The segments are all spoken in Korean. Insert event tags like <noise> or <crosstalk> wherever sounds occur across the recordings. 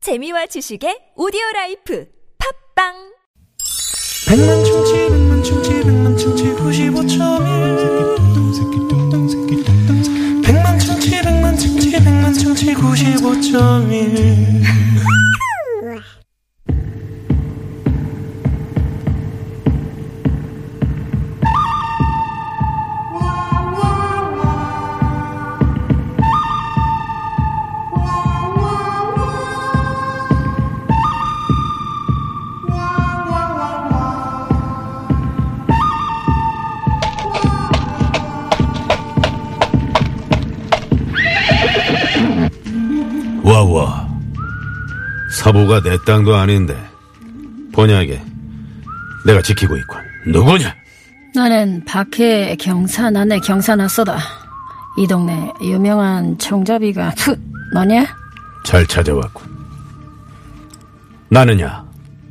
재미와 지식의 오디오 라이프 팝빵 백만 충치 백만 충치 백만 충치 95.1 백만 충치 백만 충치 백만 충치 95.1 와와 사부가 내 땅도 아닌데 번약에 내가 지키고 있군 누구냐 나는 박해 경산 안에 경산아서다. 이 동네 유명한 총잡이가 <laughs> 풋 너냐? 잘 찾아왔군 나느냐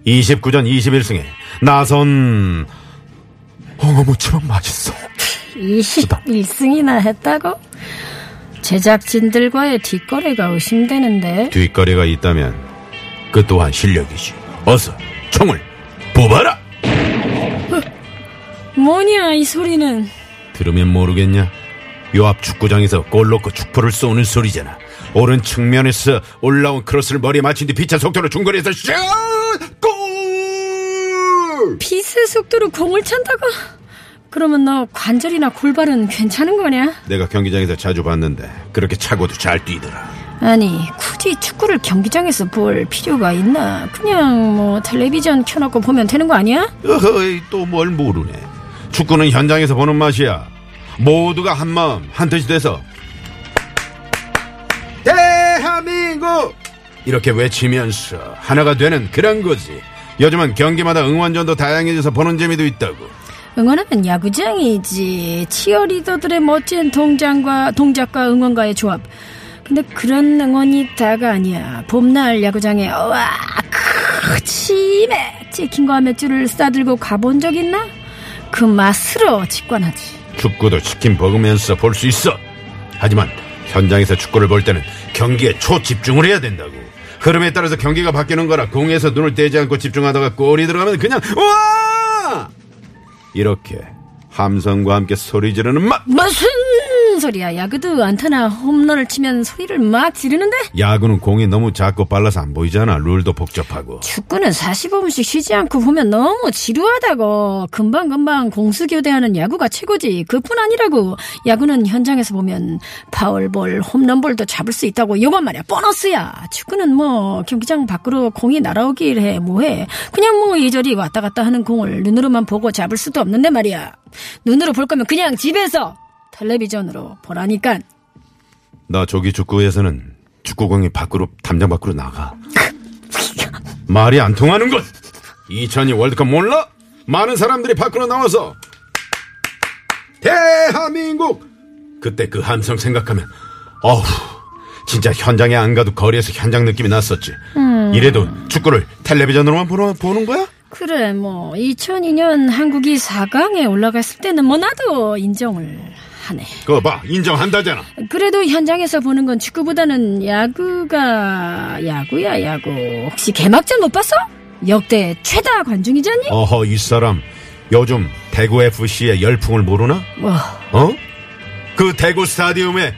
29전 21승에 나선 홍어무치만 맛있어 <laughs> 21승이나 했다고? 제작진들과의 뒷거래가 의심되는데 뒷거리가 있다면 그 또한 실력이지 어서 총을 뽑아라 뭐냐 이 소리는 들으면 모르겠냐? 요 앞 축구장에서 골 넣고 축포를 쏘는 소리잖아. 오른 측면에서 올라온 크로스를 머리에 맞힌 뒤 비차 속도로 중거리에서 슛! 골! 빛의 속도로 공을 찬다고? 그러면 너 관절이나 골발은 괜찮은 거냐? 내가 경기장에서 자주 봤는데 그렇게 차고도 잘 뛰더라. 아니 굳이 축구를 경기장에서 볼 필요가 있나? 그냥 뭐 텔레비전 켜놓고 보면 되는 거 아니야? 어허이 또 뭘 모르네. 축구는 현장에서 보는 맛이야. 모두가 한 마음 한 뜻이 돼서 대한민국 이렇게 외치면서 하나가 되는 그런 거지. 요즘은 경기마다 응원전도 다양해져서 보는 재미도 있다고. 응원하는 야구장이지 치어리더들의 멋진 동작과 동작과 응원가의 조합 근데 그런 응원이 다가 아니야 봄날 야구장에 와 크침에 찍힌 거 하며 줄을 싸들고 가본 적 있나? 그 맛으로 직관하지 축구도 치킨 먹으면서 볼 수 있어. 하지만 현장에서 축구를 볼 때는 경기에 초집중을 해야 된다고. 흐름에 따라서 경기가 바뀌는 거라 공에서 눈을 떼지 않고 집중하다가 골이 들어가면 그냥 우와! 이렇게 함성과 함께 소리 지르는 맛. 무슨 소리야 야구도 안타나 홈런을 치면 소리를 막 지르는데 야구는 공이 너무 작고 빨라서 안 보이잖아. 룰도 복잡하고. 축구는 45분씩 쉬지 않고 보면 너무 지루하다고. 금방금방 공수교대하는 야구가 최고지. 그뿐 아니라고. 야구는 현장에서 보면 파울볼, 홈런볼도 잡을 수 있다고. 요건 말이야. 보너스야. 축구는 뭐 경기장 밖으로 공이 날아오길 해. 뭐해. 그냥 뭐 이저리 왔다 갔다 하는 공을 눈으로만 보고 잡을 수도 없는데 말이야. 눈으로 볼 거면 그냥 집에서 텔레비전으로 보라니까. 나 조기 축구에서는 축구공이 밖으로 담장 밖으로 나가. 말이 안 통하는 것. 2002 월드컵 몰라? 많은 사람들이 밖으로 나와서 대한민국 그때 그 함성 생각하면 어우 진짜 현장에 안 가도 거리에서 현장 느낌이 났었지. 이래도 축구를 텔레비전으로만 보는, 보는 거야? 그래 뭐 2002년 한국이 4강에 올라갔을 때는 뭐 나도 인정을 하네 그거 봐 인정한다잖아. 그래도 현장에서 보는 건 축구보다는 야구가 야구야 야구 혹시 개막전 못 봤어? 역대 최다 관중이잖니? 어허 이 사람 요즘 대구 FC의 열풍을 모르나? 와 어? 그 대구 스타디움에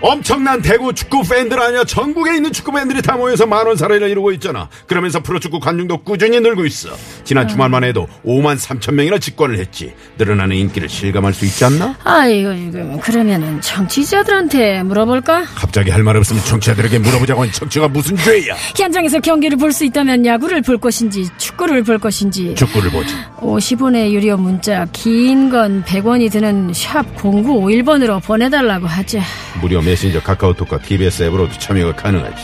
엄청난 대구 축구 팬들 아니야 전국에 있는 축구 팬들이 다 모여서 만원 사례를 이루고 있잖아 그러면서 프로축구 관중도 꾸준히 늘고 있어 지난 주말만 해도 5만 3천 명이나 직관을 했지 늘어나는 인기를 실감할 수 있지 않나? 아이고 이거 뭐, 그러면은 정치자들한테 물어볼까? 갑자기 할 말 없으면 청취자들에게 물어보자고 한 청취가 무슨 죄야 현장에서 경기를 볼 수 있다면 야구를 볼 것인지 축구를 볼 것인지 축구를 보지 50원의 유료 문자 긴 건 100원이 드는 샵 0951번으로 보내달라고 하자 무료 메신저 카카오톡과 TBS 앱으로도 참여가 가능하지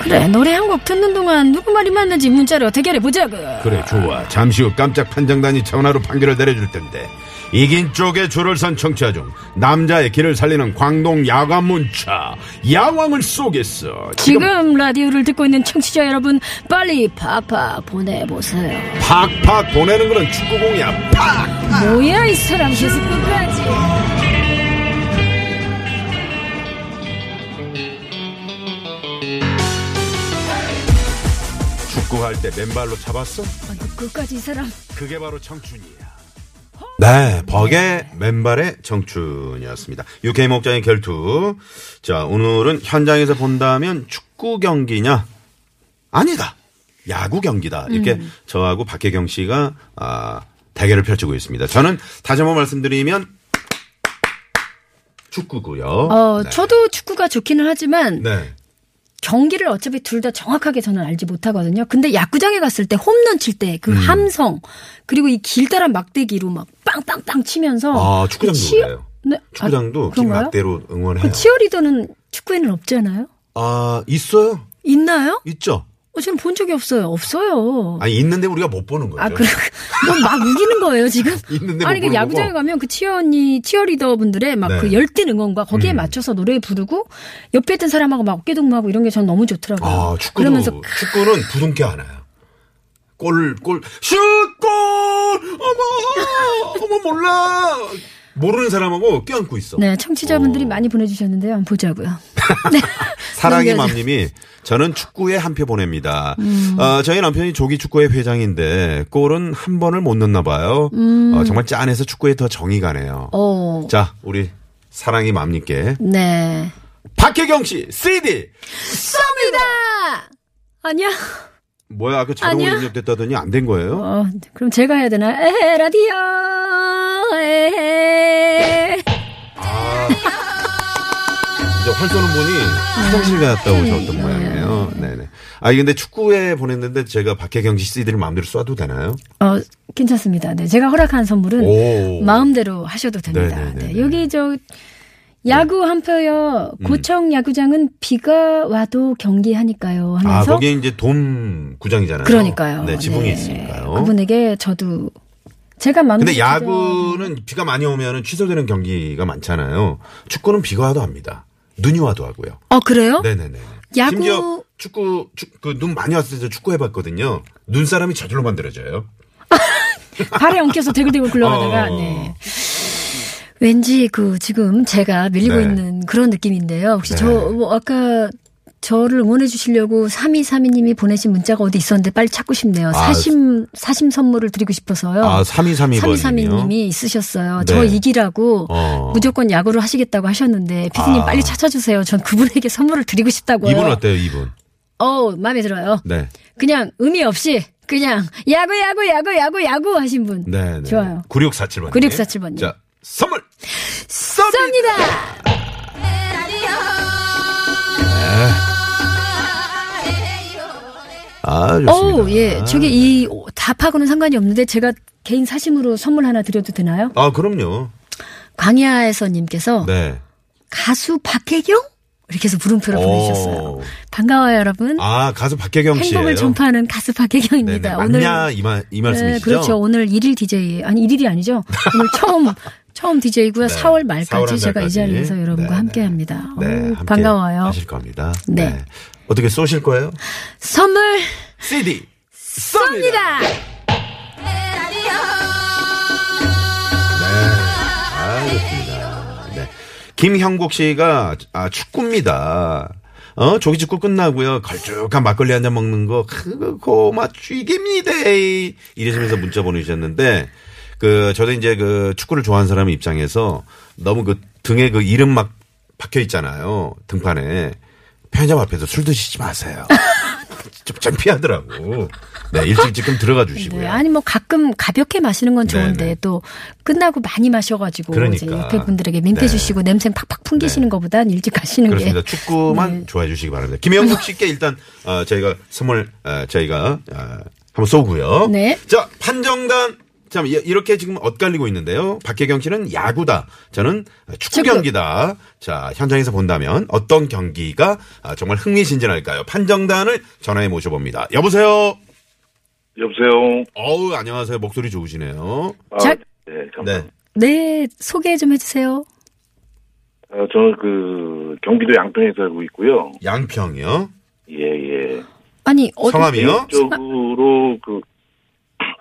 그래 노래 한 곡 듣는 동안 누구 말이 맞는지 문자로 대결해 보자고 그래 좋아 잠시 후 깜짝 판정단이 전화로 판결을 내려줄 텐데 이긴 쪽에 줄을 선 청취자 중 남자의 길을 살리는 광동 야관문차 야왕을 쏘겠어 지금 라디오를 듣고 있는 청취자 여러분 빨리 파파 보내보세요 팍팍 보내는 거는 축구공이야 팍 뭐야 이 사람 그 계속 끝까지 축구 할 때 맨발로 잡았어? 아이고 끝까지 이 사람 그게 바로 청춘이야. 네, 벅의 맨발의 청춘이었습니다. UK 목장의 결투. 자, 오늘은 현장에서 본다면 축구 경기냐? 아니다. 야구 경기다. 이렇게 음. 저하고 박혜경 씨가 아, 대결을 펼치고 있습니다. 저는 다시 한번 말씀드리면 축구고요. 어 네. 저도 축구가 좋기는 하지만 네. 경기를 어차피 둘 다 정확하게 저는 알지 못하거든요. 근데 야구장에 갔을 때 홈런 칠 때 음. 그 함성 그리고 이 길다란 막대기로 막 빵빵빵 치면서 아, 축구장도 그 치어- 그래요. 네. 아, 축구장도 긴 그런가요? 막대로 그 응원해요. 치어리더는 축구에는 없잖아요. 아, 있어요? 있나요? 있죠? 어, 저는 본 적이 없어요. 없어요. 아니, 있는데 우리가 못 보는 거죠. 아, 그럼 <laughs> 뭐막 우기는 거예요 지금? <laughs> 있는데 아니 못 그 보는 야구장에 거고. 가면 그 치어 언니 치어리더 분들의 막 네. 음. 그 열띤 응원과 거기에 맞춰서 노래 부르고 옆에 있던 사람하고 막 어깨 동무하고 이런 게 전 너무 좋더라고요. 아, 축구도 그러면서 축구는 부둥켜 안아요. 골, 골, 슛, 골! 어머! 어머, 몰라! 모르는 사람하고 껴안고 있어. 네 청취자분들이 어. 많이 보내주셨는데요. 한번 보자고요. 사랑의 넘겨줘. 맘님이 저는 축구에 한 표 보냅니다. 음. 어, 저희 남편이 조기 축구회 회장인데 골은 한 번을 못 넣나 봐요. 어, 정말 짠해서 축구에 더 정이 가네요. 음. 어, 자, 우리 사랑의 맘님께 네. 박혜경 씨 CD 쏩니다. 아니야. 뭐야 아까 자동으로 아니야. 입력됐다더니 안 된 거예요? 어, 그럼 제가 해야 되나? 에헤 라디오. 에헤. 아, 이제 활 쏘는 분이 화장실 갔다 음. 오셨던 모양이에요. 네네. 아 근데 축구에 보냈는데 제가 박혜경 씨 CD를 마음대로 쏴도 되나요? 어, 괜찮습니다. 네, 제가 허락한 선물은 오. 아, 마음대로 하셔도 됩니다. 네네네네. 네. 음. 네, 여기 저 야구 한 표요. 고청 야구장은 비가 와도 경기하니까요. 아 하면서 거기에 이제 돔 구장이잖아요. 그러니까요. 네 지붕이 네. 있으니까요. 그분에게 저도 제가 마음. 근데 야구는 비가 많이 오면 취소되는 경기가 많잖아요. 축구는 비가 와도 합니다. 눈이 와도 하고요. 어 그래요? 네네네. 야구- 심지어 축구 그 눈 많이 왔을 때 축구 해봤거든요. 눈사람이 저절로 만들어져요. <laughs> 발에 엉켜서 대굴대굴 굴러가다가 어. 네. 왠지 그 지금 제가 밀리고 네. 있는 그런 느낌인데요. 혹시 네. 저뭐 아까 저를 응원해 주시려고 3232님이 보내신 문자가 어디 있었는데 빨리 찾고 싶네요. 아. 사심 사심 선물을 드리고 싶어서요. 아 3232번이요. 3232님이 있으셨어요. 네. 저 이기라고 어. 무조건 야구를 하시겠다고 하셨는데 피디님 아. 빨리 찾아주세요. 전 그분에게 선물을 드리고 싶다고요. 이분 어때요 이분? 어 마음에 들어요. 네. 그냥 의미 없이 그냥 야구 야구 야구 야구 야구 하신 분. 네, 네. 좋아요. 9647번. 9647번 님. 자, 선물! 쏩니다. 아, 좋습니다. 오, 예. 저게 이 답하고는 상관이 없는데 제가 개인 사심으로 선물 하나 드려도 되나요? 아, 그럼요. 광야에서 님께서 네. 가수 박혜경 이렇게 해서 물음표를 오. 보내주셨어요. 반가워요, 여러분. 아, 가수 박혜경 씨예요 행복을 전파하는 가수 네네. 박혜경입니다. 맞냐 이, 말, 이 말씀이시죠? 네, 그렇죠. 오늘 1일 DJ 아니 1일이 아니죠. 오늘 <laughs> 처음 처음 DJ고요. 네, 4월 사월 한 말까지 제가 이 달까지. 자리에서 여러분과 네네. 함께합니다. 네, 어우, 함께 반가워요. 하실 겁니다. 네. 어떻게 쏘실 <laughs> 거예요? 선물 CD 쏩니다. 알겠습니다. 네. 김형국 씨가 아 축구입니다. 어 조기 축구 끝나고요 걸쭉한 막걸리 한 잔 먹는 거 그거 맛쥐깁니다 이러시면서 문자 보내주셨는데 그 저도 이제 그 축구를 좋아하는 사람 입장에서 너무 그 등에 그 이름 막 박혀 있잖아요 등판에 편의점 앞에서 술 드시지 마세요 <laughs> 좀 창피하더라고 네 일찍 지금 들어가 주시고요 네, 아니 뭐 가끔 가볍게 마시는 건 좋은데 네네. 또 끝나고 많이 마셔가지고 그러니까. 이제 옆에 분들에게 민폐 네. 주시고 냄새 팍팍 풍기시는 것보단 일찍 가시는 그렇습니다. 게 네. 축구만 좋아해 주시기 바랍니다. <laughs> 김영국 씨께 일단 어, 저희가 선물 어, 저희가 어, 한번 쏘고요. 네. 자 판정단 참 이- 이렇게 지금 엇갈리고 있는데요. 박혜경 씨는 야구다. 저는 축구, 축구. 경기다. 자 현장에서 본다면 어떤 경기가 아, 정말 흥미진진할까요? 판정단을 전화해 모셔봅니다. 여보세요. 여보세요. 어우 안녕하세요. 목소리 좋으시네요. 아, 자- 네, 잠깐. 네. 네 소개 좀 해주세요. 어, 저는 그 경기도 양평에 살고 있고요. 양평이요. 예, 예. 아니 어디 그- 성함이요? 개인적으로 그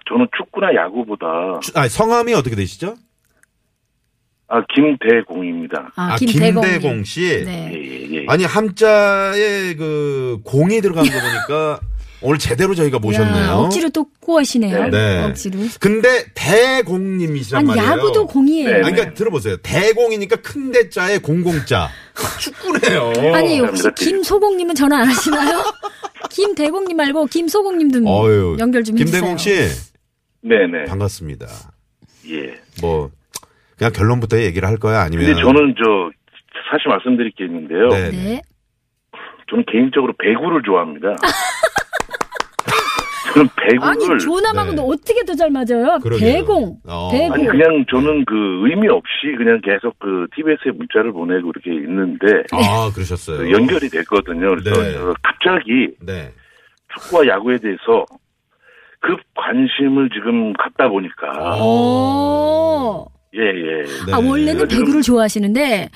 저는 축구나 야구보다 추- 아 성함이 어떻게 되시죠? 아 김대공입니다. 아, 김대공. 님. 씨. 네. 예, 예, 예. <laughs> 아니 함자에 그 공이 들어간 거 보니까 오늘 제대로 저희가 모셨네요. 야, 억지로 또 꼬시네요. 네. 억지로. 근데 대공님이시란 아니, 말이에요. 야구도 공이에요. 네. 아니, 그러니까 들어보세요. 대공이니까 큰 대자에 <laughs> 공공자. 축구네요. 아니, 감사합니다. 혹시 김소공님은 전화 안 하시나요? <laughs> 김대공님 말고 김소공님 좀 어유 연결 좀 해주세요. 김대공 씨 네네. 반갑습니다. 예. 뭐 그냥 결론부터 얘기를 할 거야 아니면 근데 저는 저 사실 말씀드릴 게 있는데요. 네. 네. 저는 개인적으로 배구를 좋아합니다. <laughs> 저는 아니, 배구를 조남하고 네. 도 어떻게 더 잘 맞아요? 그러게요. 대공. 어. 대공. 아니 그냥 저는 그 의미 없이 그냥 계속 그 TBS에 문자를 보내고 이렇게 있는데 아 그러셨어요. 그 연결이 됐거든요. 그래서 네. 어, 갑자기 네. 축구와 야구에 대해서 급 관심을 지금 갖다 보니까 오. 예예 아. 네. 아, 원래는 지금- 배구를 좋아하시는데,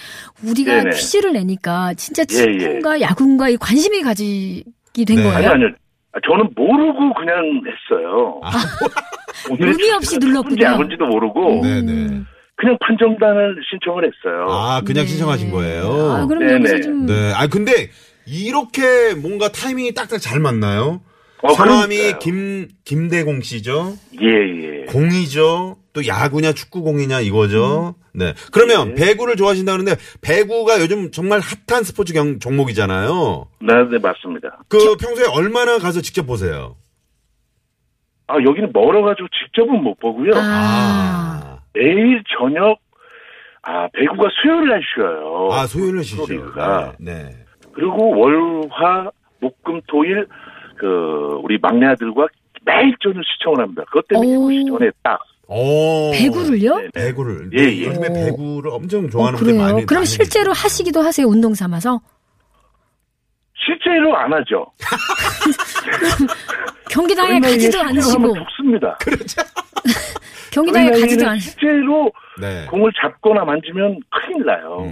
우리가 네네. 퀴즈를 내니까, 진짜 예, 예. 축구인가 야구인가 이 관심이 가지게 된 네. 아니 거예요. 아니요 아, 저는 모르고 그냥 했어요. 아. <laughs> 오늘의 의미 없이 축구가 눌렀군요. 축구인지 아닌지도 음. 모르고 네네. 그냥 판정단을 신청을 했어요. 아 그냥 네. 신청하신 거예요. 아, 그럼 네네. 여기서 좀. 네. 아 근데 이렇게 뭔가 타이밍이 딱딱 잘 맞나요? 어, 사람이 그러니까요. 김 김대공 씨죠. 예예 공이죠. 또 야구냐 축구공이냐 이거죠. 음. 네. 예. 그러면 배구를 좋아하신다는데 배구가 요즘 정말 핫한 스포츠 경- 종목이잖아요. 네, 네 맞습니다. 그 평소에 얼마나 가서 직접 보세요? 아 여기는 멀어가지고 직접은 못 보고요. 아. 매일 저녁 아 배구가 수요일 날 쉬어요. 아, 소윤을 씨죠. 그러니까. 프로리그가. 네. 네. 그리고 월화 목금토일 그 우리 막내 아들과 매일 저는 시청을 합니다. 그것 때문에 오. 9시 전에 딱 오. 배구를요? 네. 배구를. 예, 예. 요즘에 오. 배구를 엄청 어, 좋아하는 분들 그래요. 많이 그럼 많이 실제로 계시죠. 하시기도 하세요, 운동 삼아서? 실제로 안 하죠. 경기장에 가지도 실제로 하면 않으시고, 죽습니다. 경기장에 가지도 저희는 않으시고. 실제로 네. 공을 잡거나 만지면 큰일 나요. 음.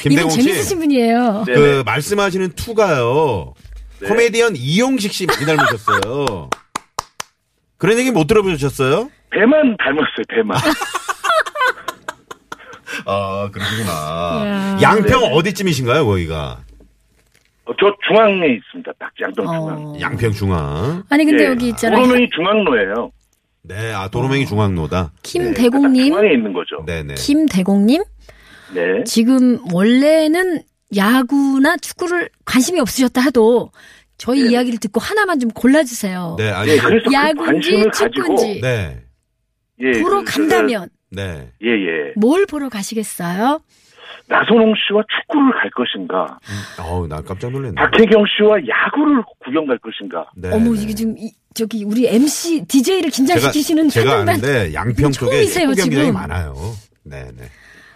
이분 김대공 씨. 재밌으신 분이에요. 네네. 그 말씀하시는 투가요. 코미디언 이용식 씨 많이 <laughs> 닮으셨어요. 그런 얘기 못 들어보셨어요? 배만 닮았어요. <laughs> 배만. 아, 그러시구나. 네. 이야. 양평 어디쯤이신가요, 거기가? 어, 저 중앙에 있습니다. 딱 양동 중앙. 어. 양평 중앙. 아니, 근데 예. 여기 있잖아요. 도로명이 중앙로예요. 예, 네, 아, 도로명이 중앙로다. 딱 음, 김대공님, 중앙에 있는 거죠. 네네. 김대공님, 네. 지금 원래는 야구나 축구를 관심이 없으셨다 하도 저희 예. 이야기를 듣고 하나만 좀 골라주세요. 네, 아니. 예, 그래서 그 야구인지 관심을 가지고 축구인지 네. 예, 보러 그, 그, 간다면 네. 예, 예. 뭘 보러 가시겠어요? 나선홍 씨와 축구를 갈 것인가? 어우, 나 깜짝 놀랐네. 박혜경 씨와 야구를 구경 갈 것인가? 네, 어머 네. 이게 지금 이- 저기 우리 MC DJ를 긴장시키시는 제가 상당한- 아는데 양평 쪽에 처음이세요, 축구 경기장이 지금. 많아요. 네네.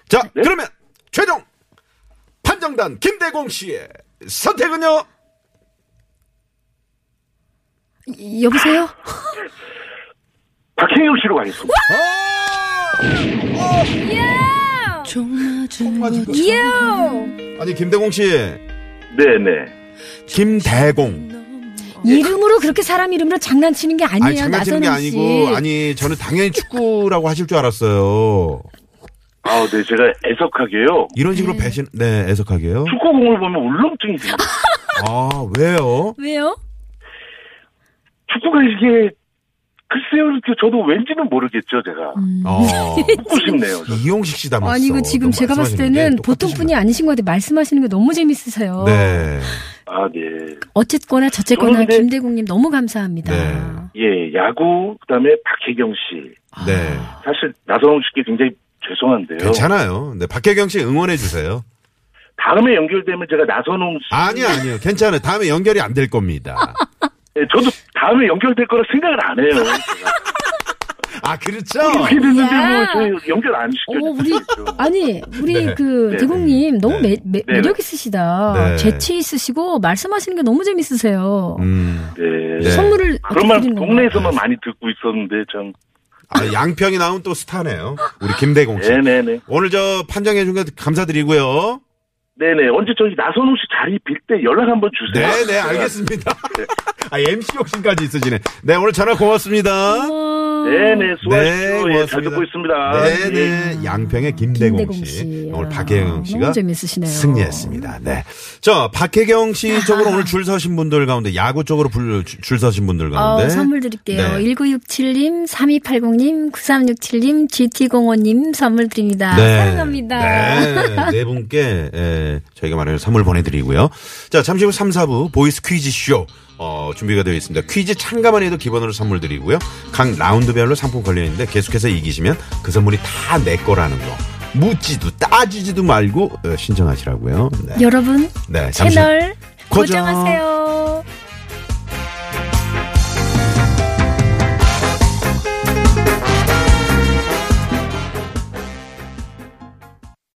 자 그러면 최종 판정단 김대공 씨의 선택은요. 이- 여보세요? 박혜경 씨로 가겠습니다. 예! 아니 김대공 씨, 네네. 김대공. 이름으로 그렇게 사람 이름으로 장난치는 게 아니에요 예. 아니 장난치는 게 나선홍 씨. 아니고 아니 저는 당연히 축구라고 하실 줄 알았어요. 아, 네, 제가 애석하게요. 이런 식으로 배신 네 애석하게요. 축구공을 보면 울렁증이 듭니다. 아 왜요? 왜요? 축구가 이게 글쎄요, 이렇게 저도 왠지는 모르겠죠, 제가. <laughs> 어. 묻고 싶네요. 저. 이용식 씨 닮았어. 아니 이거 지금 너무 제가 봤을 말씀하시는데 때는 똑같으시네. 보통 분이 아니신 것 같아요. 말씀하시는 게 너무 재밌으세요. 네. 아, 네. 어쨌거나 저쨌거나 저는 근데- 김대국님 너무 감사합니다. 네. 예, 야구, 그 다음에 박혜경 씨. 아. 네. 사실 나선홍 씨께 굉장히 죄송한데요. 괜찮아요. 네 박혜경 씨 응원해 주세요. 다음에 연결되면 제가 나선홍 씨. 아니요, 아니요. 괜찮아요. 다음에 연결이 안 될 겁니다. 예, 저도 다음에 연결될 거라 생각을 안 <laughs> 해요. 제가. 아, 그렇죠? 이렇게 됐는데 야. 뭐, 저 연결 안 어, 시켜요. 우리 아니 우리 네. 그 네. 대국님 너무 네. 매, 매, 네. 력 있으시다. 네. 재치 있으시고 말씀하시는 게 너무 재밌으세요. 음. 네. 네. 선물을 그런 말 어떻게 드리는 건가요? 동네에서만 많이 듣고 있었는데 참 아, 양평이 나온 또 스타네요. 우리 김대공 씨. 네네네 오늘 저 판정해 준 거 감사드리고요. 네네 언제 저기 나선홍 씨 자리 빌 때 연락 한번 주세요. 네, <laughs> 네, 알겠습니다. 아, MC 욕심까지 있으시네. 네, 오늘 전화 고맙습니다. 어, 네네 수고하십시오. 네, 예, 잘 고맙습니다. 듣고 있습니다. 예. 네네. 양평의 김대공, 김대공 씨. 씨. 오늘 아, 박혜경 씨가 너무 재밌으시네요. 승리했습니다. 네. 자, 박혜경 씨 쪽으로 오늘 줄 서신 분들 가운데 야구 쪽으로 불- 줄 서신 분들 가운데 어, 선물 드릴게요. 네. 1967님, 3280님, 9367님, GT05님 선물 드립니다. 아, 네, 사랑합니다. 네 분께 예, 저희가 마련한 선물 보내드리고요. 자, 잠시 후 3, 4부 보이스 퀴즈 쇼 어, 준비가 되어 있습니다. 퀴즈 참가만 해도 기본으로 선물 드리고요. 각 라운드별로 상품 걸려 있는데 계속해서 이기시면 그 선물이 다 내 거라는 거 묻지도 따지지도 말고 어, 신청하시라고요. 네, 여러분, 네 잠시 후 채널 고정. 고정하세요.